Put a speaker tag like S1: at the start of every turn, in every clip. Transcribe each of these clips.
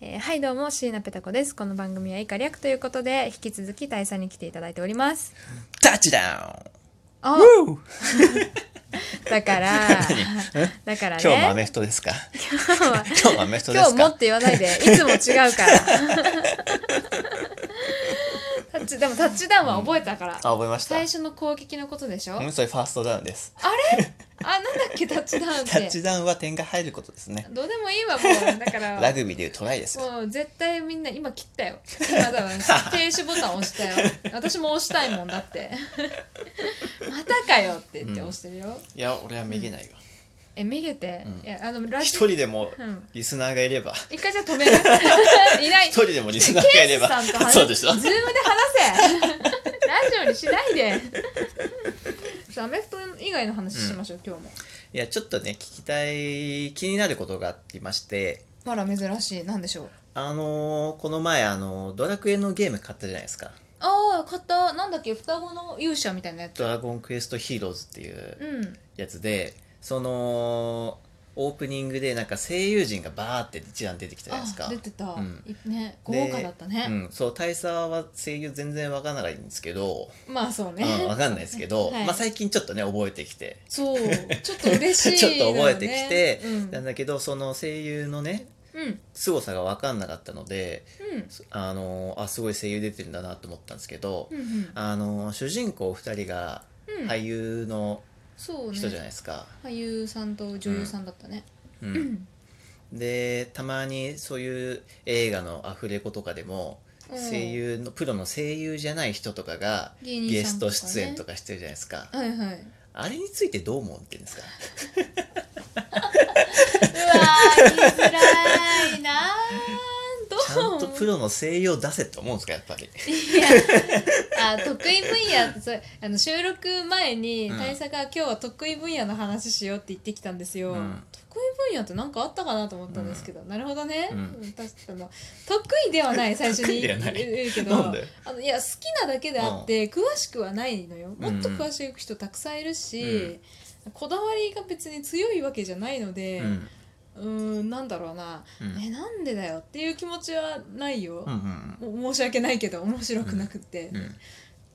S1: えーはいどうも椎名ペタ子ですこの番組は以下略ということで引き続き大佐に来ていただいております
S2: タッチダ
S1: あ
S2: ウンウー
S1: だから
S2: 何
S1: だからね
S2: 今日もアメフトで すか
S1: 今日は
S2: 今日もアメフトで
S1: 今日
S2: す
S1: もっ
S2: か
S1: て言わないでいつも違うからタッチでもタッチダウンは覚えたから、
S2: あ、覚えました
S1: 最。初の攻撃のことでしょ、
S2: う
S1: あ
S2: ん、それファーストダウンです。
S1: れあなんだっけタッチダウンっ
S2: タッ
S1: て
S2: チダウンは点が入ることですね。
S1: どうでもいいわもうだから
S2: ラグビーでいうトライですよ。
S1: もう絶対みんな今切ったよ今多 分停止ボタン押したよ私も押したいもんだって またかよって言って押してるよ、
S2: いや、俺はめげないよ。
S1: えめげて、
S2: うん
S1: いやあのラ
S2: 一
S1: ジ
S2: 人でも
S1: うん
S2: リスナーがいれば、
S1: 一回じゃあ止め るいない
S2: 一人でもリスナーがいれば
S1: ケイスさんと、話
S2: そうでしょ
S1: ズームで話せ ラジオにしないでそうアメフト以外の話しましょう、今日も
S2: いや、ちょっとね、聞きたい、気になることがありまして、
S1: あら珍しいなんでしょう
S2: あのーこの前、あのードラクエのゲーム買ったじゃないですか。
S1: ああ買ったなんだっけ双子の勇者みたいなやつ
S2: ドラゴンクエストヒーローズっていう
S1: うん
S2: やつで、その、オープニングでなんか声優陣がバーって一覧出てきたじゃ
S1: あ
S2: ないですか。
S1: 出てた、
S2: うん
S1: いね豪
S2: で
S1: 華だったね、
S2: うん、そう大佐は声優全然わからないんですけど、
S1: まあそう ね、
S2: うん、わかんないですけ ど、
S1: はい
S2: まあ、最近ちょっとね覚えてきて、
S1: そうちょっと嬉しい
S2: ちょっと覚えてきて、
S1: だよね
S2: なんだけどその声優のね
S1: うんうん
S2: 凄さがわかんなかったので
S1: うん
S2: あのあすごい声優出てるんだなと思ったんですけど、
S1: うんうん
S2: あの主人公2人が
S1: うん
S2: 俳優の
S1: そうね
S2: 人じゃないですか。
S1: 俳優さんと女優さんだったね
S2: うん
S1: うん
S2: でたまにそういう映画のアフレコとかでも声優のプロの声優じゃない人とかが
S1: 芸
S2: ゲ
S1: 人さ
S2: ス
S1: んと
S2: ト
S1: かね
S2: 出演とかしてるじゃないですか。
S1: はいはいうわ
S2: あれについてどう思って んですか
S1: ー言いづらいなー
S2: ちゃ
S1: ど
S2: ん
S1: う
S2: とプロの声優を出せって思うんですかやっぱり。
S1: いや あ得意分野ってそれあの収録前に
S2: うん
S1: 大佐が今日は得意分野の話しようって言ってきたんですよ、
S2: うん
S1: 得意分野って何かあったかなと思ったんですけど、なるほどね、
S2: うん
S1: 確かに得意ではない最初に
S2: 得意では
S1: 言
S2: な
S1: う
S2: い
S1: 言うけ
S2: な
S1: ど
S2: んで
S1: あのいや好きなだけであって、詳しくはないのよもっと詳しい人たくさんいるし、こだわりが別に強いわけじゃないので、
S2: うん
S1: うーんなんだろうな、
S2: うん
S1: えなんでだよっていう気持ちはないよ、
S2: うんうん
S1: も申し訳ないけど面白くなくって
S2: う、ん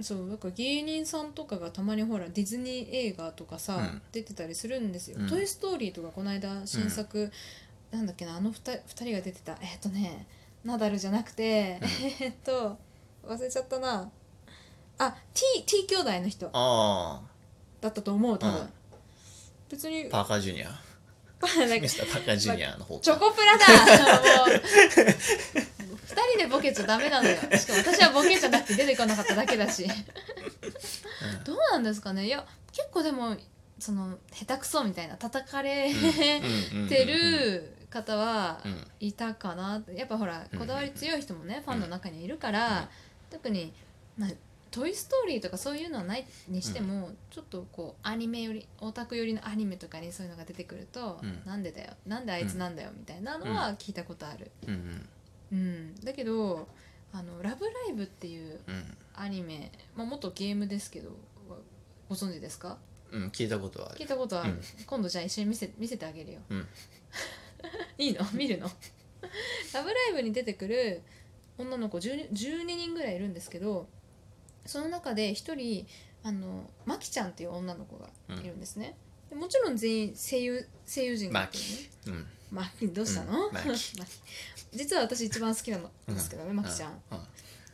S1: そうなんか芸人さんとかがたまにほらディズニー映画とかさ、
S2: うん
S1: 出てたりするんですよ「
S2: うん
S1: トイ・ストーリー」とかこの間新作、なんだっけなあの 2, 人が出てたえっとねナダルじゃなくて、えっと忘れちゃったなあ T, T 兄弟の人
S2: あ
S1: だったと思う多分、
S2: うん
S1: 別に
S2: あパーカージュニア
S1: パー なんか
S2: ミスターパーカージュニアの方
S1: チョコプラだもう二人でボケちゃダメなのよしかも私はボケじゃなくて出てこなかっただけだし
S2: うん
S1: どうなんですかねいや結構でもその下手くそみたいな叩かれ
S2: うんうん
S1: てる方は
S2: うんうん
S1: いたかなやっぱほら
S2: うん
S1: こだわり強い人もねファンの中にいるか
S2: うん
S1: ら特にまあ「トイ・ストーリー」とかそういうのはないにしてもちょっとこうアニメよりオタク寄りのアニメとかにそういうのが出てくると
S2: うん
S1: 「なんでだよなんであいつなんだよ」みたいなのは聞いたことある。
S2: うんうん
S1: うん、だけどあの「ラブライブ!」っていう
S2: うん
S1: アニメ、まあ、元ゲームですけどごご存知ですか
S2: うん聞いたことはあ
S1: 聞
S2: る
S1: いたことある、
S2: うん
S1: 今度じゃあ一緒に見せ見せてあげるよ、
S2: うん
S1: いいの 見るのラブライブに出てくる女の子 12, 12人ぐらいいるんですけどその中で一人あのマキちゃんっていう女の子がいるんですね、でもちろん全員声優声優陣がいてね
S2: うん
S1: マキどうしたの、
S2: うんマキ
S1: 実は私一番好きなのですけどね、マキちゃん、
S2: う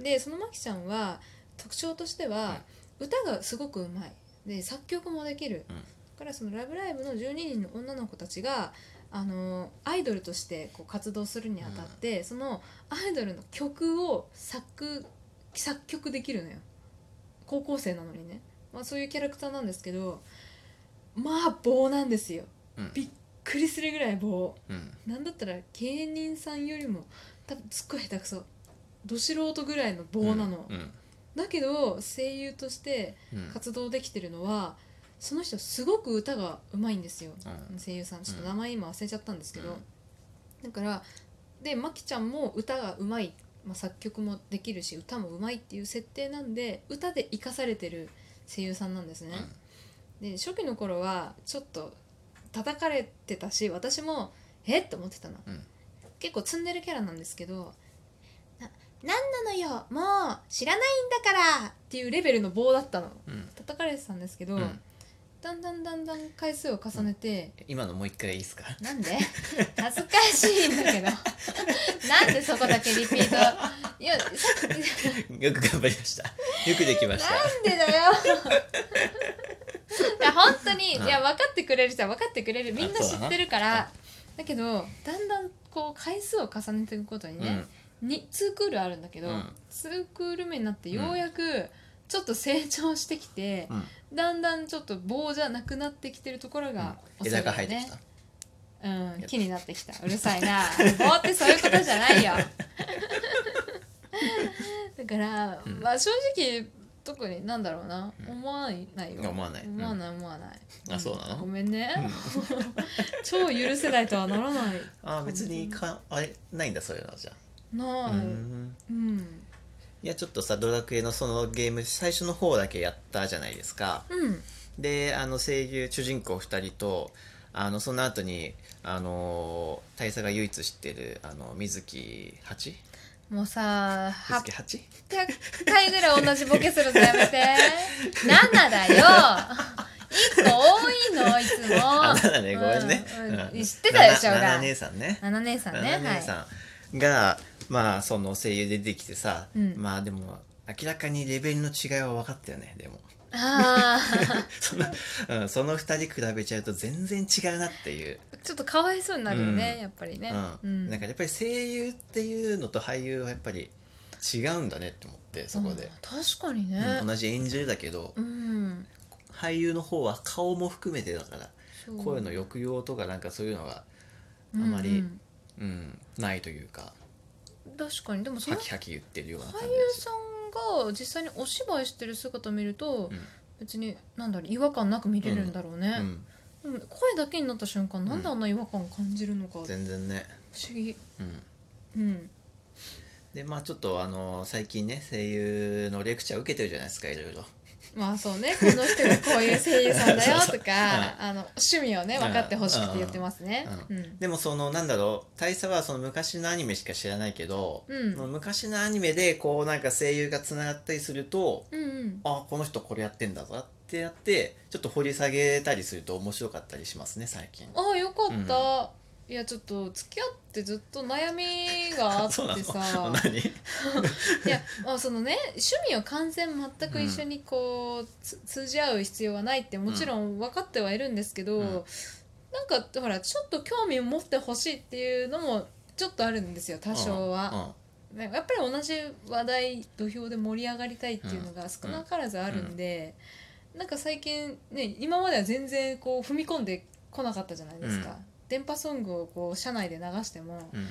S2: ん
S1: でそのマキちゃんは特徴としては、歌がすごくうまいで作曲もできる、
S2: うん
S1: だからその「ラブライブ!」の12人の女の子たちがあのアイドルとしてこう活動するにあたって、そのアイドルの曲を作作曲できるのよ高校生なのにね、まあ、そういうキャラクターなんですけどまあ棒なんですよ
S2: うん
S1: びっくりするぐらい棒
S2: うん
S1: なんだったら芸人さんよりも多分すっごい下手くそど素人ぐらいの棒なの、
S2: うん
S1: だけど声優として
S2: うん
S1: 活動できてるのはその人すごく歌がうまいんですよ、
S2: うん
S1: 声優さんちょっと
S2: うん
S1: 名前今忘れちゃったんですけど、
S2: うん
S1: だからでまきちゃんも歌がうまい、まあ、作曲もできるし歌もうまいっていう設定なんで歌で生かされてる声優さんなんですね、で初期の頃はちょっと叩かれてたし私もえっと思ってたの、
S2: うん
S1: 結構ツンデレキャラなんですけど「な何なのよもう知らないんだから!」っていうレベルの棒だったの
S2: うん
S1: 叩かれてたんですけど、
S2: うん
S1: だんだんだんだん回数を重ねて、
S2: 今のもう一回いいですか
S1: なんで恥ずかしいんだけど なんでそこだけリピートいやさっき
S2: よく頑張りましたよくできました
S1: なんでだよいや本当に、
S2: うん
S1: いや分かってくれる人は分かってくれるみんな
S2: あ
S1: 知
S2: そうだな
S1: ってるからだけどだんだんこう回数を重ねていくことに
S2: うん
S1: ね、に2クールあるんだけど、
S2: うん
S1: ツークール目になってようやくちょっと成長してきて、
S2: うん
S1: だんだんちょっと棒じゃなくなってきてるところが
S2: うん枝が生えてきた
S1: うん、木になってき たうるさい な棒ってそういうことじゃないよだから、
S2: うん
S1: まあ正直特になんだろうな、
S2: うん
S1: 思わないよ
S2: 思わない
S1: 思わない思わない、
S2: あそうなの
S1: ごめんね、
S2: うん
S1: 超許せないとはならない
S2: あー別にかあれないんだそういうのじゃ
S1: な
S2: あ
S1: あ
S2: う
S1: うん、
S2: んいやちょっとさ「ドラクエ」のそのゲーム最初の方だけやったじゃないですか
S1: うん、
S2: であの声優主人公2人とあのその後にあのー大佐が唯一知ってるあの水木八
S1: もうさ
S2: 水木八
S1: 800回ぐらい同じボケするのやめ て7だよ1個多いのい つも
S2: あ7ねごめんね、
S1: うんうん
S2: うん
S1: 知ってたよ
S2: な
S1: しょうが
S2: なな姉さんね
S1: 7姉さんね
S2: なな姉
S1: はい
S2: さんが、まあその声優で出てきてさ、
S1: うん
S2: まあでも明らかにレベルの違いは分かったよねでも
S1: あ
S2: その,、うん、その2人比べちゃうと全然違うなっていう、
S1: あちょっとかわいそうになるよね、
S2: うん
S1: やっぱりね、
S2: う
S1: うんん
S2: なんかやっぱり声優っていうのと俳優はやっぱり違うんだねって思ってそこで、
S1: うん確かに
S2: うん
S1: ね
S2: 同じ演じるだけど、
S1: うん、
S2: 俳優の方は顔も含めてだから、
S1: そう
S2: 声の抑揚とかなんかそういうのが、
S1: うんうん
S2: あまりうん、ないというか
S1: 確かにでもそ
S2: ハ
S1: の
S2: キハキ言ってるような
S1: 俳
S2: 感じ
S1: 優
S2: だし
S1: さんが実際にお芝居してる姿を見ると、
S2: うん
S1: 別になんだろう違和感なく見れるんだろうね、でも声だけになった瞬間なんであんな違和感を感じるのか、
S2: うん、
S1: 不思
S2: 全然ね、
S1: 議
S2: うん、
S1: うん
S2: でまあちょっとあの最近ね声優のレクチャー受けてるじゃないですかいろいろ
S1: まあそうねこの人がこういう声優さんだよ
S2: そうそう
S1: とかあの趣味をね分かってほしくて言ってますね
S2: うんでもそのなんだろう大佐はその昔のアニメしか知らないけど、
S1: うんうん
S2: その昔のアニメでこうなんか声優がつながったりすると
S1: うんうん
S2: あこの人これやってんだぞってやってちょっと掘り下げたりすると面白かったりしますね最近
S1: ああよかった、いやちょっと付き合ってずっと悩みがあって
S2: そうな
S1: さ
S2: の何
S1: いやあそのね趣味を完全全く一緒にこう、つ通じ合う必要はないってもちろん分かってはいるんですけど、
S2: うん
S1: なんかほらちょっと興味を持ってほしいっていうのもちょっとあるんですよ多少は、ねやっぱり同じ話題土俵で盛り上がりたいっていうのが少なからずあるんで、なんか最近ね今までは全然こう踏み込んでこなかったじゃないですか、
S2: うん
S1: 電波ソングをこう社内で流しても、
S2: うん、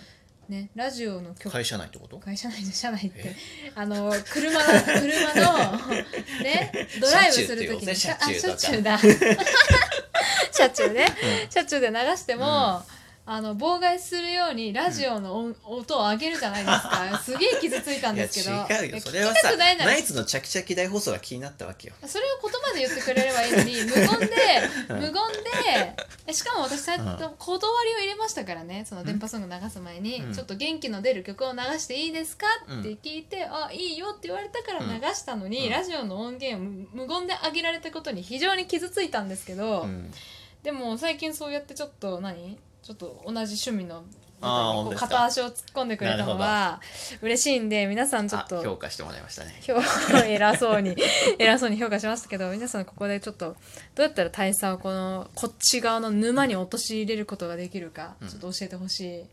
S1: ねラジオの
S2: うん、
S1: 曲
S2: 会社内ってこと
S1: 会社内の社内って
S2: え
S1: あの車の車のねドライブするときに
S2: 車
S1: あ
S2: 中ってい う
S1: 車
S2: ことね
S1: 中だ 車中 ね車中で流しても、
S2: うん
S1: あの妨害するようにラジオの音,、音を上げるじゃないです かすげえ傷ついたん
S2: いや
S1: ですけど
S2: 違う
S1: いや
S2: よそれは
S1: 聞き
S2: さ
S1: たくないなら
S2: ナイツのチャキチャキ大放送が気になったわけよ
S1: それを言葉で言ってくれればいいのに 無言で
S2: うん
S1: 無言でえしかも私さ
S2: うん
S1: 断りを入れましたからねその電波ソング流す前に、
S2: うん
S1: ちょっと元気の出る曲を流していいですか
S2: うん
S1: って聞いて、あいいよって言われたから
S2: うん
S1: 流したのに、
S2: うん
S1: ラジオの音源を無無言で上げられたことに非常に傷ついたんですけど、
S2: うん
S1: でも最近そうやってちょっと何ちょっと同じ趣味の
S2: あ
S1: こ
S2: ー本
S1: う
S2: 当ですか
S1: 片足を突っ込んでくれたのは嬉しいんで皆さんちょっ
S2: あ
S1: と
S2: 評価してもらいましたね
S1: 評 偉そうに偉そうに評価しましたけど皆さんここでちょっとどうやったら大佐をこのこっち側の沼に陥れることができるか
S2: うん
S1: ちょっと教えてほしい、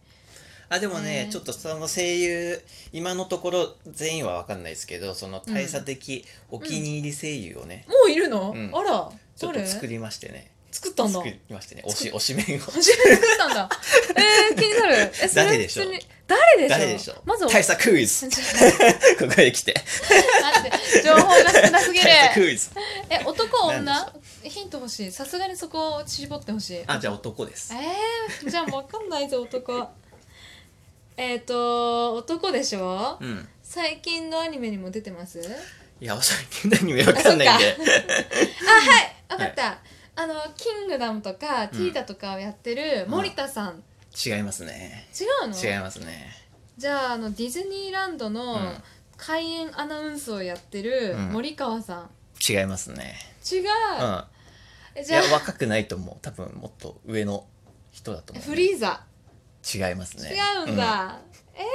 S2: あでもね、
S1: ね
S2: ちょっとその声優今のところ全員は分かんないですけどその大佐的お気に入り声優をね、
S1: もういるの、
S2: うん
S1: あら
S2: ちょっ
S1: 誰
S2: と
S1: 作
S2: 作りましてね
S1: ったんだ
S2: 作りましてね推し推し面を
S1: 初めて作ったんだえー、気になるえそれ
S2: 誰でしょう
S1: 普通に誰でしょう
S2: 誰でしょう
S1: まず
S2: 大佐クイズ
S1: ちょ
S2: ここへ来て
S1: 待って情報が少なすぎる
S2: 大佐クイズ
S1: え男
S2: なん
S1: 女ヒント欲しいさすがにそこを絞ってほしい
S2: あじゃあ男です
S1: えー、じゃあもうわかんないぞ男 えっと男でしょ
S2: うん
S1: 最近のアニメにも出てます
S2: いや最近のアニメ分かんないんで
S1: あはいわかった、あの「キングダム」とか「ティーダ」とかをやってる
S2: ん
S1: 森田さん
S2: 違いますね
S1: 違うの
S2: 違いますね
S1: じゃああのディズニーランドの
S2: うん
S1: 開園アナウンスをやってる
S2: うん
S1: 森川さん、
S2: 違いますね
S1: 違う、
S2: うん
S1: え
S2: い
S1: じゃ
S2: や
S1: あ
S2: 若くないと思う多分もっと上の人だと思う
S1: フリーザ
S2: 違いますね
S1: 違うんだ、
S2: 多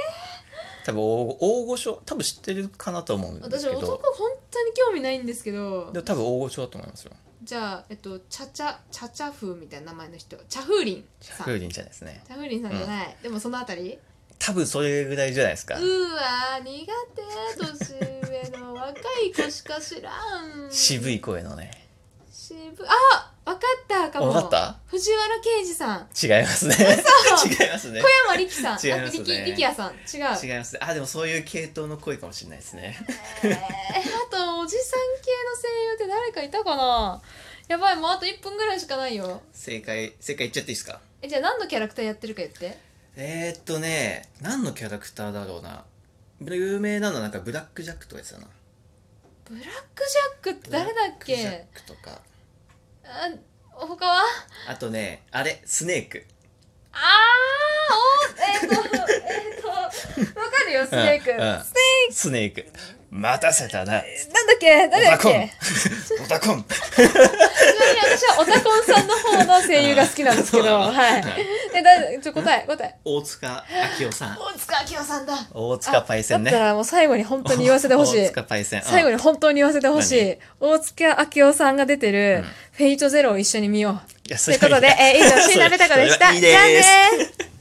S2: 分大大御所多分知ってるかなと思うんで
S1: 私
S2: すけど
S1: 男本当に興味ないんですけど
S2: でも多分大御所だと思いますよ
S1: じゃあえっとチャチャチャチャ風みたいな名前の人チャフーリン
S2: シ
S1: さ
S2: ャ
S1: ん
S2: フ
S1: チ
S2: ーリンじゃないですね
S1: ャフーリンさんじゃない、でもそのあたり
S2: 多分それぐらいじゃないです
S1: う
S2: か
S1: ーわー苦手年上の若い子しか知らん
S2: 渋い声のね
S1: 渋あわかったかも
S2: 分かった
S1: 藤原啓治さん
S2: 違いますね違いますね
S1: 小山力さん
S2: 違いますね
S1: あ力力也さん違う
S2: 違いますねあでもそういう系統の声かもしれないですね
S1: えーあとおじさん系の声優って誰かいたかなやばいもうあと1分ぐらいしかないよ
S2: 正解正解言っちゃっていいですか
S1: えじゃあ何のキャラクターやってるか言って
S2: えー、っとね何のキャラクターだろうな有名なのはなんかブラックジャックとか言ってたな
S1: ブラックジャックって誰だっ
S2: ブラッ
S1: け
S2: クジャックとか
S1: あ他は
S2: あとねあれスネーク
S1: あーおえっ、とえっ、とわかるよスネーク、
S2: うんうん
S1: スネ
S2: スネーク待たせたな
S1: ークなんだっけ誰だっ
S2: オタコン
S1: け
S2: オタコン
S1: ちなみに私はオタコンさんの方の声優が好きなんですけ
S2: そう
S1: ど
S2: なの
S1: はいえだちょ答え答え
S2: 大塚明夫さん
S1: 大塚明夫さんだ
S2: 大塚パイセン
S1: あだった
S2: ね
S1: らもう最後に本当に言わせてほしい
S2: 大塚パイセン、うん
S1: 最後に本当に言わせてほしい大塚明夫さんが出てる「フェイトゼロを一緒に見よう
S2: いやそ
S1: とい
S2: れ
S1: うことで、えー、以上椎名ベタ子でした
S2: それはいいです
S1: じゃあね